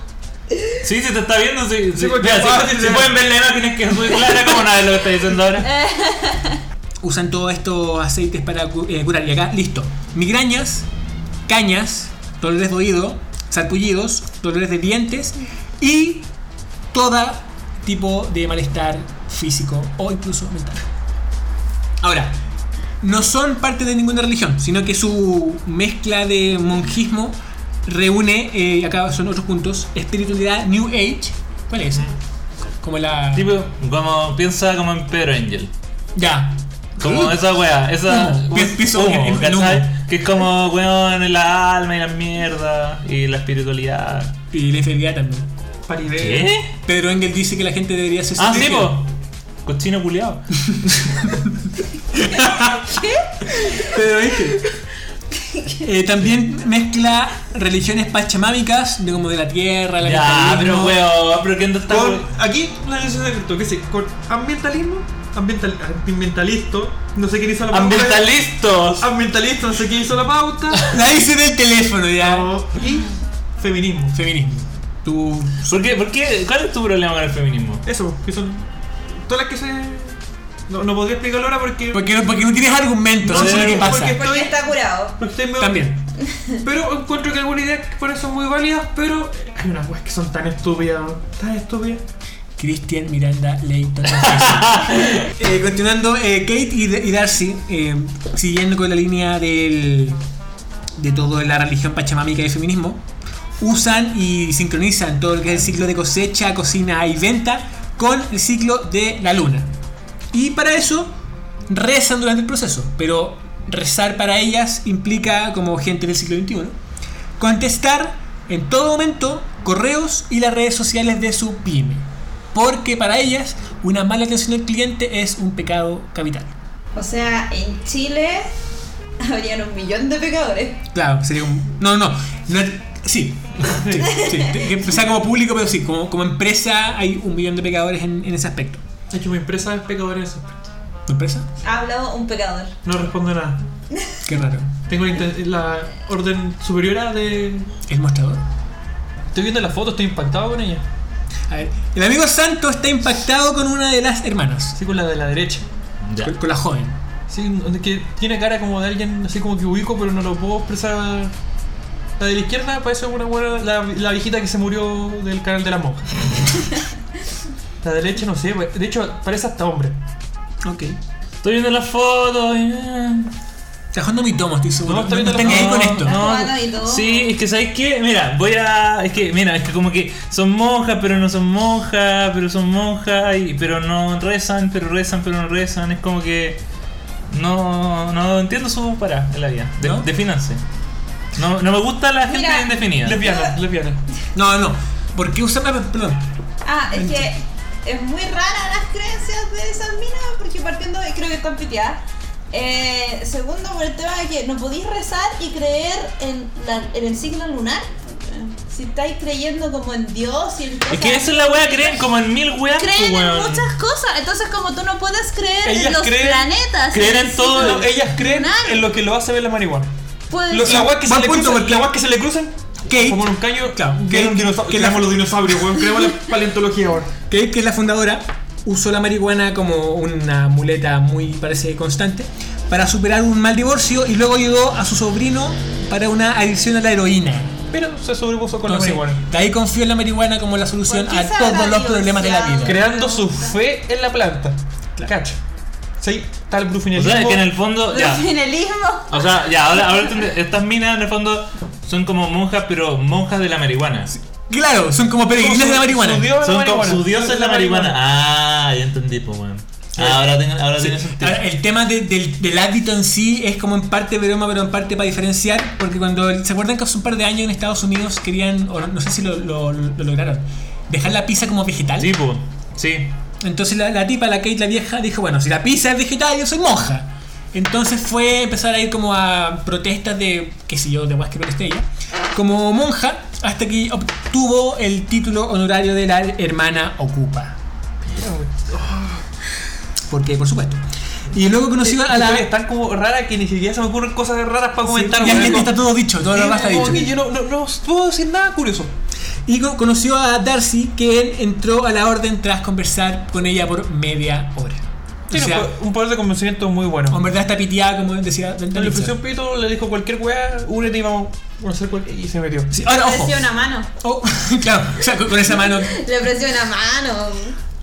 S3: Sí, se te está viendo. Sí, sí.
S4: porque-
S3: Mira, si-
S4: ah,
S3: si,
S4: sí, sí.
S3: pueden ver la imagen, es que es muy clara como una vez lo que está diciendo
S5: Eh.
S3: ahora.
S2: Usan todos estos aceites para cu- eh, curar. Y acá, listo. Migrañas, cañas, dolores de oído, sarpullidos, dolores de dientes y todo tipo de malestar físico o incluso mental. Ahora, no son parte de ninguna religión, sino que su mezcla de monjismo reúne, eh, acá son otros puntos, espiritualidad New Age. ¿Cuál es? Como la...
S3: Tipo, como piensa como en Pedro Angel.
S2: Ya.
S3: Como esa wea, esa.
S2: Humo.
S3: un-
S2: Pienso
S3: humo,
S2: en- en el
S3: ¿cachai?
S2: humo.
S3: Que es como weón en la alma y la mierda y la espiritualidad.
S2: Y la infidelidad también.
S4: Paribé.
S3: ¿Qué?
S2: Pedro Engel dice que la gente debería ser
S3: ¿Eh? Ah, sí,
S2: virgen.
S3: po. Cochino culiado.
S2: Pedro Engel. Eh, también mezcla religiones pachamámicas, de como de la tierra, la
S3: Ya, pero weón, pero ¿qué onda esta
S4: Con,
S3: wea?
S4: aquí, la iglesia de Cristo, que sí, con ambientalismo ambiental, ambientalista, no sé quién hizo la pauta.
S3: Ambientalistas.
S4: Ambientalista, no sé quién hizo la pauta.
S2: La hice en el teléfono ya.
S4: No, y feminismo.
S2: Feminismo. Tú.
S3: ¿Por qué, por qué- ¿Cuál es tu problema con el feminismo?
S4: Eso, que son todas las que se... No, no podría explicarlo ahora porque...
S2: Porque, no- porque no tienes argumentos,
S4: No,
S2: eso es lo
S4: porque-
S2: que pasa.
S4: porque-
S5: Porque está curado.
S4: porque estoy medio-
S2: También.
S4: Pero encuentro que algunas ideas que por eso son muy válidas, pero hay unas weas que son tan estúpidas, tan estúpidas.
S2: Cristian Miranda Leighton. Eh, continuando, eh, Kate y, y Darcy, eh, siguiendo con la línea del, de toda la religión pachamámica y el feminismo, usan y sincronizan todo lo que es el ciclo de cosecha, cocina y venta con el ciclo de la luna. Y para eso rezan durante el proceso, pero rezar para ellas implica como gente del siglo XXI contestar en todo momento correos y las redes sociales de su pyme, porque para ellas una mala atención al cliente es un pecado capital.
S5: O sea, en Chile habrían un millón de pecadores.
S2: Claro, sería un... No, no, no, no sí. Sí, sí, te- que empezar como público, pero sí, como, como empresa hay un millón de pecadores en, en ese aspecto.
S4: De hecho, mi empresa es pecadora en ese aspecto.
S2: ¿Tu empresa?
S5: Ha hablado un pecador.
S4: No respondo nada.
S2: Qué raro.
S4: Tengo la inten- la orden superiora de...
S2: ¿El mostrador?
S4: Estoy viendo la foto, estoy impactado con ella.
S2: A ver, el amigo Santo está impactado con una de las hermanas,
S4: Así con la de la derecha.
S3: Ya.
S2: con, con la joven.
S4: Sí, donde que tiene cara como de alguien así como que ubico, pero no lo puedo expresar. La de la izquierda parece una buena. La, la viejita que se murió del canal de la monja. la derecha no sé, pues, de hecho parece hasta hombre.
S2: Ok.
S3: Estoy viendo las fotos. y, eh.
S2: Trabajando mi tomo, estoy seguro.
S4: No,
S2: No,
S4: está
S2: no,
S4: viendo
S2: está ni
S4: la-
S2: ahí con
S4: no,
S2: esto.
S5: no. Juana y todo.
S3: Sí, es que sabes qué, mira, voy a, es que mira, es que como que son monjas, pero no son monjas, pero son monjas, y, pero no rezan, pero rezan, pero no rezan, es como que no, no entiendo su pará en la vida, de,
S2: ¿No?
S3: defínanse. No, no me gusta la gente
S5: Mira.
S3: indefinida.
S4: Lesbiana, lesbiana.
S2: No, no. ¿Por qué usan la- Perdón.
S5: Ah, es que es muy rara las creencias de esas minas, porque partiendo de creo que están piteadas. Eh, segundo, por el tema de que no podéis rezar y creer en, la- en el signo lunar. Si estáis creyendo como en Dios y en
S3: Es
S5: cosas-
S3: que eso es la wea, creen como en mil weas, pues,
S5: Creen en
S3: weón.
S5: muchas cosas, entonces como tú no puedes creer
S4: Ellas
S5: en los
S4: creen-
S5: planetas.
S3: creen en
S5: el
S3: todo,
S5: signo
S4: No, ellas creen
S5: lunar,
S4: en lo que lo hace ver la marihuana.
S5: puedes-
S4: Lo- la guas que, se
S2: Buen
S4: le
S2: punto,
S4: cruzan,
S2: porque-
S4: la guas que se le cruzan.
S2: Kate.
S4: Como en un caño.
S2: Claro,
S4: Que
S2: Kate-
S4: un dinosaurio.
S2: que la-
S4: Creamos los dinosaurios, weón. Creamos la paleontología ahora.
S2: Kate, que es la fundadora, usó la marihuana como una muleta muy, parece, constante para superar un mal divorcio y luego ayudó a su sobrino para una adicción a la heroína.
S4: Pero se sobrepuso con
S2: Entonces,
S4: la marihuana.
S2: de ahí confió en la marihuana como la solución
S5: ¿Por qué
S2: a
S5: se
S2: todos
S5: habrá
S2: los problemas de la
S5: divorciado?
S2: vida.
S5: Creo-
S4: Creando su fe en la planta.
S2: Claro.
S4: Cacha. Sí, tal
S3: O
S4: brufinelismo.
S3: sea, es que en el fondo, ya.
S5: Cristianismo.
S3: O sea, ya, ahora, ahora entiende- estas minas en el fondo son como monjas, pero monjas de la marihuana.
S2: Claro, son como peregrinos de la marihuana.
S4: Su dios es la
S3: Son como,
S4: marihuana.
S3: su dios es la marihuana. Ah, ya entendí, pues, weón. Ah, ahora, tengo- ahora tiene sentido.
S2: Ahora, el tema de- del, del hábito en sí es como en parte broma, pero en parte para diferenciar, porque cuando se acuerdan que hace un par de años en Estados Unidos querían, o no, no sé si lo, lo- lo lograron, dejar la pizza como vegetal.
S3: Sí, pues. Sí.
S2: Entonces la, la tipa, la Kate, la vieja, dijo, bueno, si la pizza es vegetal, yo soy monja. Entonces fue a empezar a ir como a protestas de, qué sé yo, de más que protesté ella, como monja, hasta que obtuvo el título honorario de la hermana Ocupa. Porque, por supuesto. Y luego conoció a la...
S4: Están como raras que ni siquiera se me ocurren cosas raras para comentar.
S2: Y
S4: weón.
S2: aquí
S4: Como-
S2: está todo dicho, todo
S4: Sí,
S2: lo demás está
S4: como
S2: dicho.
S4: que Yo no, no, no puedo decir nada curioso.
S2: Y co- conoció a Darcy, que él entró a la orden tras conversar con ella por media hora. O
S4: Tiene
S2: sea,
S4: un poder de convencimiento muy
S2: en
S4: bueno.
S2: verdad está piteada, como decía Dante
S4: Le
S2: Mitchell.
S4: ofreció un pito, le dijo cualquier weá, únete y vamos a hacer cualquier. Y se metió.
S2: Sí, ahora,
S5: Le
S2: ojo.
S5: ofreció una mano.
S2: Oh, claro, o sea, con, con esa mano.
S5: Le ofreció una mano.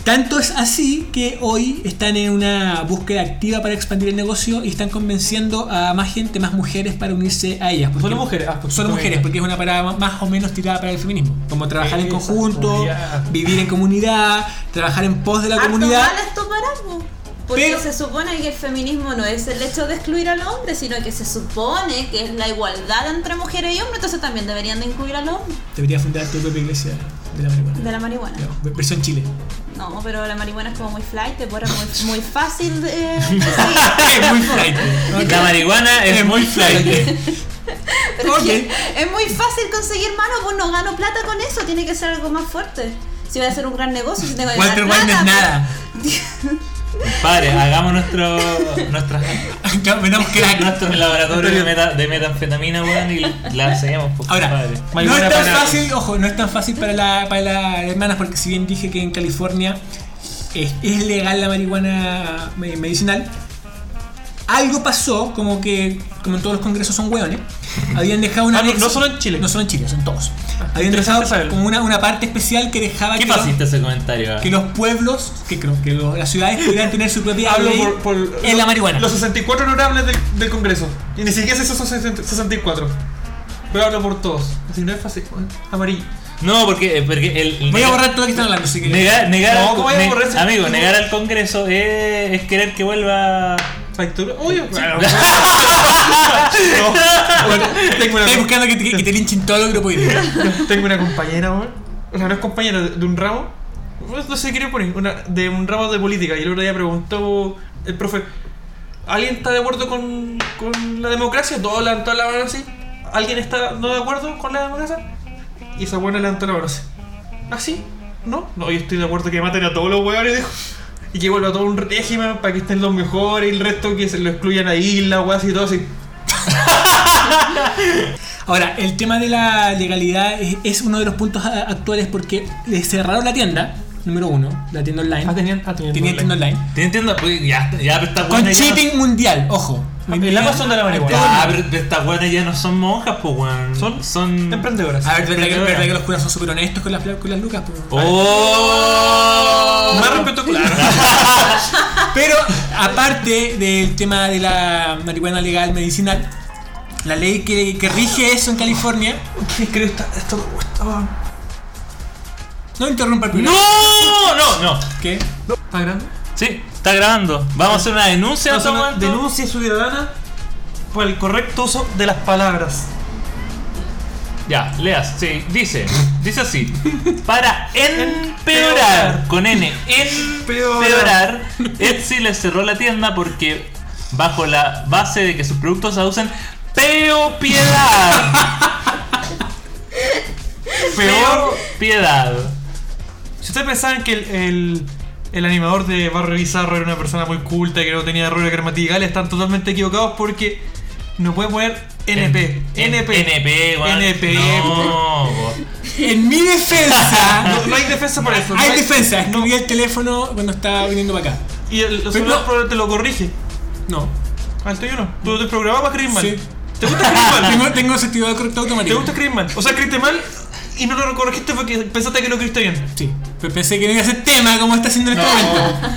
S2: Tanto es así que hoy están en una búsqueda activa para expandir el negocio y están convenciendo a más gente, más mujeres para unirse a ellas. porque-
S4: Solo mujeres. Ah, pues,
S2: Solo mujeres, porque es una parada ma- más o menos tirada para el feminismo. Como trabajar en
S4: Esa
S2: conjunto,
S4: comunidad.
S2: vivir en comunidad, trabajar en pos de la
S5: Harto
S2: comunidad.
S5: mal esto para, po. Porque
S2: Pero-
S5: se supone que el feminismo no es el hecho de excluir al hombre, sino que se supone que es la igualdad entre mujeres y hombres, entonces también deberían de incluir al hombre
S2: Debería fundar tu propia iglesia de la marihuana.
S5: de la marihuana.
S2: Ya, Versión Chile.
S5: No, pero la marihuana es como muy flight, te pone muy, muy fácil de de seguir.
S2: Es muy flight.
S3: La marihuana es
S2: Es
S3: muy
S2: muy
S3: flight.
S5: Pero es que
S2: Ok.
S5: es muy fácil conseguir mano, pues no gano plata con eso, tiene que ser algo más fuerte. Si voy a hacer un gran negocio, si tengo que
S2: Walter
S5: ganar
S2: White no es
S5: plata,
S2: nada.
S5: pues-
S3: Padre, hagamos nuestro, nuestra,
S2: Ya, menos crack.
S3: nuestro laboratorio de, meta- de metanfetamina, weón, y la hacemos. pues,
S2: Ahora,
S3: compadre.
S2: no
S4: Marihuana
S2: es tan
S4: para-
S2: fácil, ojo, no es tan fácil para, la, para las hermanas, porque si bien dije que en California es, es legal la marihuana me- medicinal, algo pasó, como que como en todos los congresos son hueones, habían dejado una...
S4: Ah, no-
S2: anexo-
S4: no solo en Chile. Ah,
S2: No solo en Chile, son todos. Habían
S4: interesante
S2: dejado
S4: saberlo.
S2: como una, una parte especial que dejaba
S3: ¿Qué
S2: que, los,
S3: pasiste ese comentario? ah?
S2: que los pueblos, que creo que los- las ciudades pudieran tener su propia
S4: Hablo
S2: ley
S4: por, por
S2: en la marihuana.
S4: Los 64 honorables del, del Congreso. Y ni siquiera es esos 60 64. Pero hablo por todos. Así no es fácil. weón. Amarillo.
S3: No, porque, eh, porque el.
S2: Voy a borrar todo lo que están hablando, así que...
S3: Negar, negar
S4: No,
S3: al-
S4: ¿cómo voy a
S3: ne-
S4: borrar ese-
S3: amigo, negar al Congreso es, es querer que vuelva.
S4: Factura. Uy, claro. tengo, una,
S2: Estoy buscando que te, que te linchen todo lo que no puedes.
S4: tengo una compañera, weón. O sea, no es compañera de, de un ramo. Pues, No sé qué le ponen. Una, de un ramo de política. Y el otro día preguntó el profe: ¿Alguien está de acuerdo con, con la democracia? Todos levantaron la mano así. ¿Alguien está no de acuerdo con la democracia? Y esa buena levantó la mano así. ¿Ah, sí? ¿No? No, yo estoy de acuerdo que maten a todos los huevones, dijo. Y que vuelva todo un régimen para que estén los mejores y el resto que se lo excluyan ahí, la weas y todo así.
S2: Ahora, el tema de la legalidad es, es uno de los puntos a- actuales porque le cerraron la tienda, número uno, la tienda online.
S4: Ah, tenían,
S2: Tenía tienda online.
S3: ¿Te entiendo? Pues ya, ya, pero estas
S2: Con
S3: buenas ya no-
S2: shipping mundial, ojo.
S4: El Amazon de Ah, la marihuana.
S3: Ya, pero pero estas buenas ya no son monjas, pues, weón.
S4: Son-
S3: Son.
S4: Emprendedoras.
S2: A ver, verdad que,
S3: Emprendedora.
S2: verdad que los curas son súper honestos con las, con las lucas. pues.
S3: ¡Oh!
S4: Más respeto que
S2: Pero aparte del tema de la marihuana legal medicinal, la ley que, que rige eso en California.
S4: ¿Qué creo que está- esto me gusta, weón.
S2: No interrumpa el programa.
S3: ¡No! No, no.
S2: ¿Qué?
S4: ¿Está grande?
S3: Sí, está grabando. Vamos a hacer una denuncia en
S4: Hace
S3: este
S4: una
S3: momento.
S4: denuncia ciudadana por el correcto uso de las palabras.
S3: Ya, leas, sí, dice, dice así. Para empeorar, con N, empeorar, Etsy les cerró la tienda porque bajo la base de que sus productos aducen peopiedad.
S4: Peor.
S3: Piedad.
S4: Si ustedes pensaban que el, el, el animador de Barrio Bizarro era una persona muy culta que no tenía errores gramaticales, están totalmente equivocados porque no pueden poner NP. NP.
S3: NP, weón.
S4: NP.
S3: No, po.
S2: En mi defensa.
S4: No, no hay defensa por eso. no
S2: Hay defensa, no vi el teléfono cuando estaba viniendo para acá.
S4: Y el el celular
S2: no.
S4: probablemente lo corrige.
S2: No.
S4: Al tuyo no. Tú te programabas para escribir mal.
S2: Sí.
S4: ¿Te gusta escribir mal?
S2: Tengo, tengo activado correcto
S4: ¿Te
S2: automático.
S4: gusta escribir mal? O sea, escribiste mal y no lo corregiste porque pensaste que lo escribiste bien.
S2: Sí. Pero pensé que no iba a ser tema como está haciendo en este momento.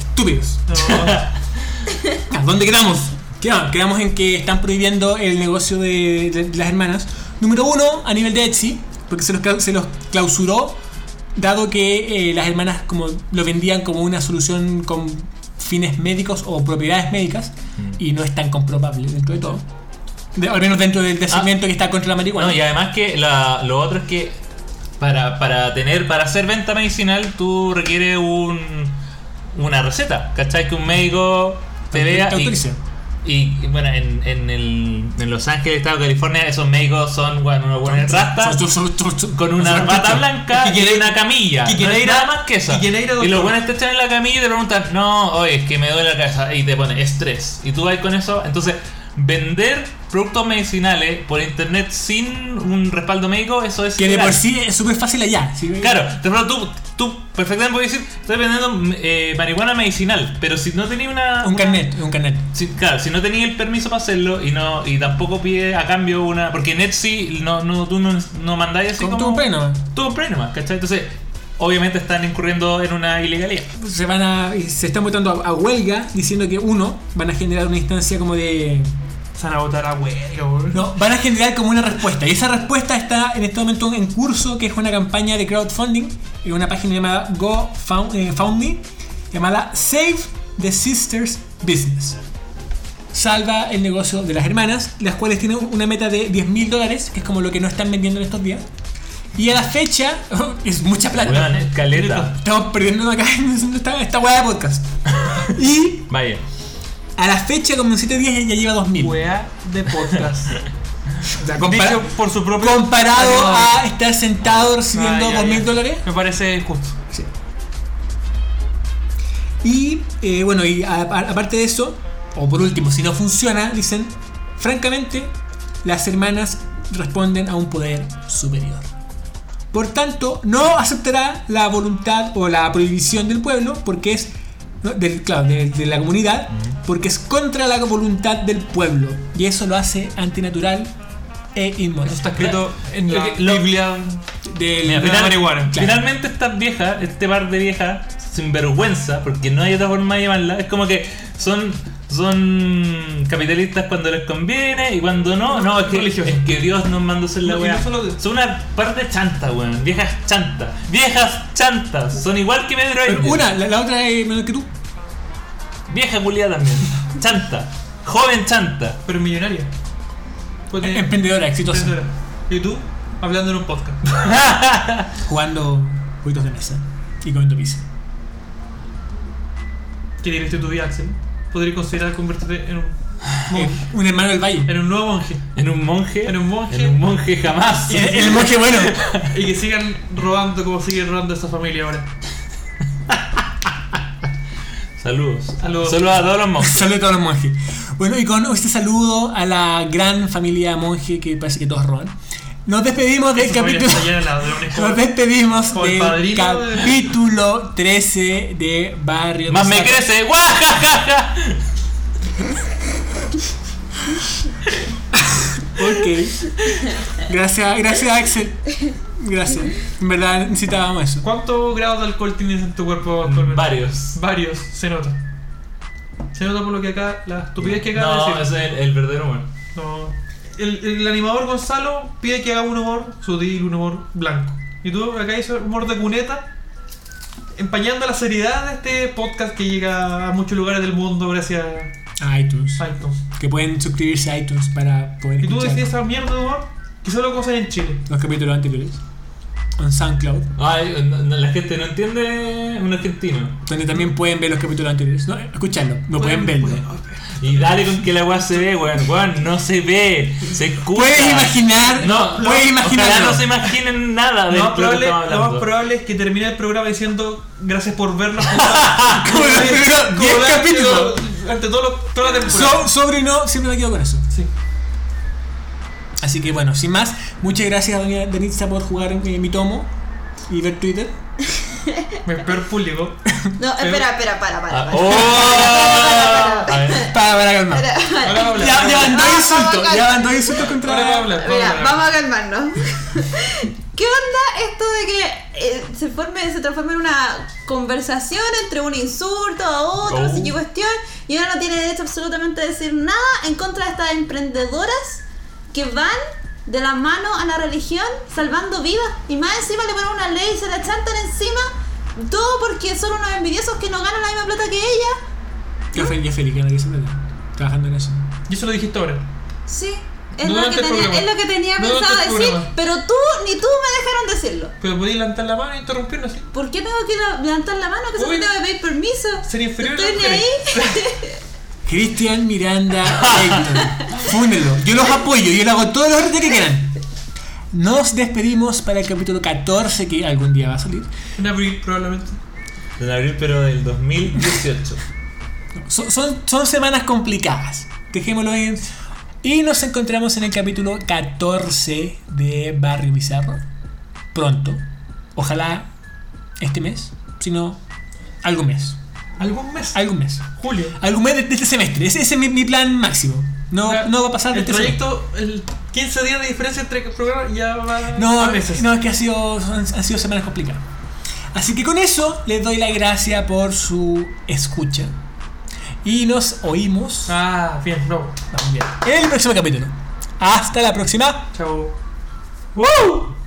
S2: Estúpidos. ¿A dónde quedamos? Quedamos, quedamos en que están prohibiendo el negocio de, de- de las hermanas. Número uno, a nivel de Etsy, porque se los, clau- se los clausuró, dado que eh, las hermanas como lo vendían como una solución con fines médicos o propiedades médicas,
S3: Mm.
S2: y no es tan comprobable dentro de todo. De- al menos dentro del segmento que está contra la marihuana.
S3: Ah. No, y además que la- lo otro es que para, para tener, para hacer venta medicinal, tú requieres un, una receta, ¿cachai? Que un médico te vea.
S2: Te
S3: y-
S2: autorice.
S3: Y, y bueno, en, en, el, en Los Ángeles, Estado de California, esos médicos son, bueno, unos buenos rastas.
S2: Son- son- son- son-
S3: Con
S2: son
S3: una
S2: artistas.
S3: bata blanca y,
S4: Quique-
S3: una camilla.
S4: Quique
S3: no hay
S4: Neira-
S3: nada más que eso.
S4: Quique Neira,
S3: Y los
S4: doctor.
S3: buenos te echan en la camilla y te preguntan, no, oye, es que me duele la cabeza. Y te pone estrés. Y tú vas con eso. Entonces, vender productos medicinales por internet sin un respaldo médico, eso es.
S2: Que de
S3: ilegal.
S2: por sí es súper fácil allá. ¿sí?
S3: Claro, te pregunto, tú, tú perfectamente puedes decir, estoy vendiendo eh, marihuana medicinal. Pero si no tenías una.
S2: Un
S3: una-
S2: carnet, un carnet.
S3: si- claro, si no tenía el permiso para hacerlo y no y tampoco pide a cambio una. Porque en Etsy no, no, tú no, no mandáis así
S2: Con
S3: como.
S2: tu pena.
S3: Todo un problema, ¿cachai? Entonces, obviamente están incurriendo en una ilegalidad.
S2: se van a y se están votando a, a huelga diciendo que uno van a generar una instancia como de
S4: Se van a votar a huelga, weón.
S2: no van a generar como una respuesta y esa respuesta está en este momento en curso que es una campaña de crowdfunding en una página llamada GoFundMe llamada Save the Sisters Business salva el negocio de las hermanas las cuales tienen una meta de 10 mil dólares que es como lo que no están vendiendo en estos días y a la fecha es mucha plata
S3: Weón, eh. escaleta.
S2: estamos perdiendo acá esta, esta weá de podcast y
S3: Vaya.
S2: a la fecha, como en 7 días, ya lleva 2000.
S4: Wea de podcast.
S2: O sea, compara-
S4: Dicho por su propio.
S2: comparado
S4: animador.
S2: a estar sentado
S4: Ah,
S2: recibiendo
S4: ya,
S2: 2000
S4: ya.
S2: dólares.
S4: Me parece justo.
S2: Eh, bueno, y a- a- aparte de eso, o por último, si no funciona, dicen, francamente, las hermanas responden a un poder superior. Por tanto, no aceptará la voluntad o la prohibición del pueblo, porque es, no, del, claro, de, de la comunidad, porque es contra la voluntad del pueblo. Y eso lo hace antinatural e inmoral.
S4: Está escrito en
S3: Lo
S4: la
S3: que- lo-
S4: Biblia.
S2: Del-
S3: Mira,
S4: de la
S3: final-
S4: marihuana, claro.
S3: Finalmente estas viejas, este par de viejas, sin vergüenza, porque no hay otra forma de llamarla, es como que son son capitalistas cuando les conviene y cuando no, no, es que,
S4: Religiosos.
S3: es que Dios nos mandó ser la
S4: No, y
S3: weá.
S4: no solo de-
S3: Son una par de chantas, weón, viejas chantas, viejas chantas, son igual que Pedro
S2: Pero
S3: Engel.
S2: una, la, la otra es menor que tú.
S3: Vieja culiada también, chanta, joven chanta.
S4: Pero millonaria. Pues de-
S2: Emprendedora, exitosa.
S4: emprendedora. Y tú, hablando en un podcast.
S2: Jugando juegos de mesa y comiendo pizza.
S4: ¿Qué diriste tu vida, Axel? Podrías considerar convertirte en un monje.
S2: Eh, un hermano del valle.
S4: En un nuevo monje.
S3: En un monje,
S4: En un monje.
S3: en un monje jamás.
S2: El, el monje bueno.
S4: Y que sigan robando como siguen robando esta familia ahora.
S3: Saludos.
S4: Saludos.
S3: a todos los monjes.
S2: Saludos a todos los monjes. Bueno, y con este saludo a la gran familia monje que parece que todos roban. Nos despedimos del
S4: Esta familia
S2: Este capítulo.
S4: está llena de ladrones, como-
S2: Nos despedimos
S4: como el
S2: del
S4: padrino de-
S2: capítulo 13 de Barrio
S3: Más me
S2: Bizarro.
S3: crece, guajajaja.
S2: Ok. Gracias, gracias Axel. Gracias. En verdad necesitábamos eso.
S4: ¿Cuántos grados de alcohol tienes en tu cuerpo actualmente?
S3: Varios.
S4: Varios, se nota. Se nota por lo que acá, la estupidez que acaba
S3: No,
S4: de decir.
S3: ese es el, el verdadero humor.
S4: No. El, el animador Gonzalo pide que haga un humor sutil, un humor blanco. Y tú acá hizo humor de cuneta, empañando la seriedad de este podcast que llega a muchos lugares del mundo gracias
S2: iTunes.
S4: a iTunes.
S2: Que pueden suscribirse a iTunes para poder
S4: Y tú
S2: escuchar
S4: decides esa mierda de humor que solo cosas en Chile.
S2: los capítulos anteriores. En SoundCloud.
S3: Ay, no- no, la gente no entiende un argentino.
S2: Donde también pueden ver los capítulos anteriores. No, escucharlo, no pueden verlo.
S3: Y dale con que la weá se ve, weón. Weón, no se ve. Se escucha.
S2: Puedes imaginar.
S3: No,
S2: puedes
S3: no, Ojalá
S2: imaginarlo.
S3: no se imaginen nada de
S4: Lo
S3: lo
S4: más,
S3: que
S4: probable,
S3: estamos
S4: lo más
S3: hablando.
S4: probable es que termine el programa diciendo gracias por vernos.
S2: Como los primeros 10 capítulos.
S4: Ante todo lo- toda la temporada.
S2: So- sobre no, siempre me quedo con eso.
S4: Sí.
S2: Así que bueno, sin más, muchas gracias a doña Denitza por jugar eh, mi tomo y ver Twitter.
S4: Mi peor público.
S5: pues- No, espera, espera, para, para.
S3: Ah,
S5: para.
S3: ¡Oh! A ver.
S2: Para, para calmar.
S5: Para, para.
S4: Ahora va a hablar.
S2: Ya, ya van dos
S5: Vamos,
S2: insultos,
S5: vamos,
S2: ya van
S5: calma.
S2: dos insultos contra.
S4: Ahora va a hablar.
S5: Mira,
S4: va a hablar.
S5: vamos a calmarnos. ¿Qué onda esto de que eh, se, forme, se transforme en una conversación entre un insulto a otro,
S3: Oh.
S5: sin qué cuestión? Y uno no tiene derecho absolutamente a decir nada en contra de estas emprendedoras que van de la mano a la religión salvando vidas. Y más encima le ponen una ley y se la chantan encima. Todo porque son unos envidiosos que no ganan la misma plata que ella.
S2: Yo feliz, yo feliz, que no se plata. Trabajando en eso.
S4: Y eso lo dijiste ahora.
S5: Sí, es,
S4: Durante
S5: lo que,
S4: el
S5: tenía,
S4: programa.
S5: es lo que tenía
S4: Durante
S5: pensado
S4: el
S5: decir,
S4: programa.
S5: pero tú ni tú me dejaron decirlo.
S4: Pero podéis levantar la mano e interrumpirnos. ¿sí?
S5: ¿Por qué tengo que la- levantar la mano? ¿Que
S4: Uy.
S5: solo tengo que pedir permiso?
S4: Ser inferior a
S5: Estoy
S4: las
S5: ni ahí.
S2: Cristian Miranda Clayton. Fúnelo. Yo los apoyo, yo le hago todos los retos que quieran. Nos despedimos para el capítulo 14 que algún día va a salir.
S4: En abril, probablemente.
S3: En abril, pero del 2018.
S2: Son, son, son semanas complicadas. Dejémoslo en. Y nos encontramos en el capítulo 14 de Barrio Bizarro. Pronto. Ojalá este mes. Si no, algún mes.
S4: Algún mes.
S2: Algún mes.
S4: Julio.
S2: Algún mes de de este semestre. Ese, ese es mi, mi plan máximo. No, no va a pasar de
S4: El
S2: este
S4: proyecto, el 15 días de diferencia entre programas ya va
S2: semestre. No,
S4: a meses.
S2: no, es que ha sido, son- han sido semanas complicadas. Así que con eso les doy la gracia por su escucha. Y nos oímos.
S4: Ah, bien, no.
S2: Vamos bien. En el próximo capítulo. Hasta la próxima.
S4: Chao.
S2: ¡Woo!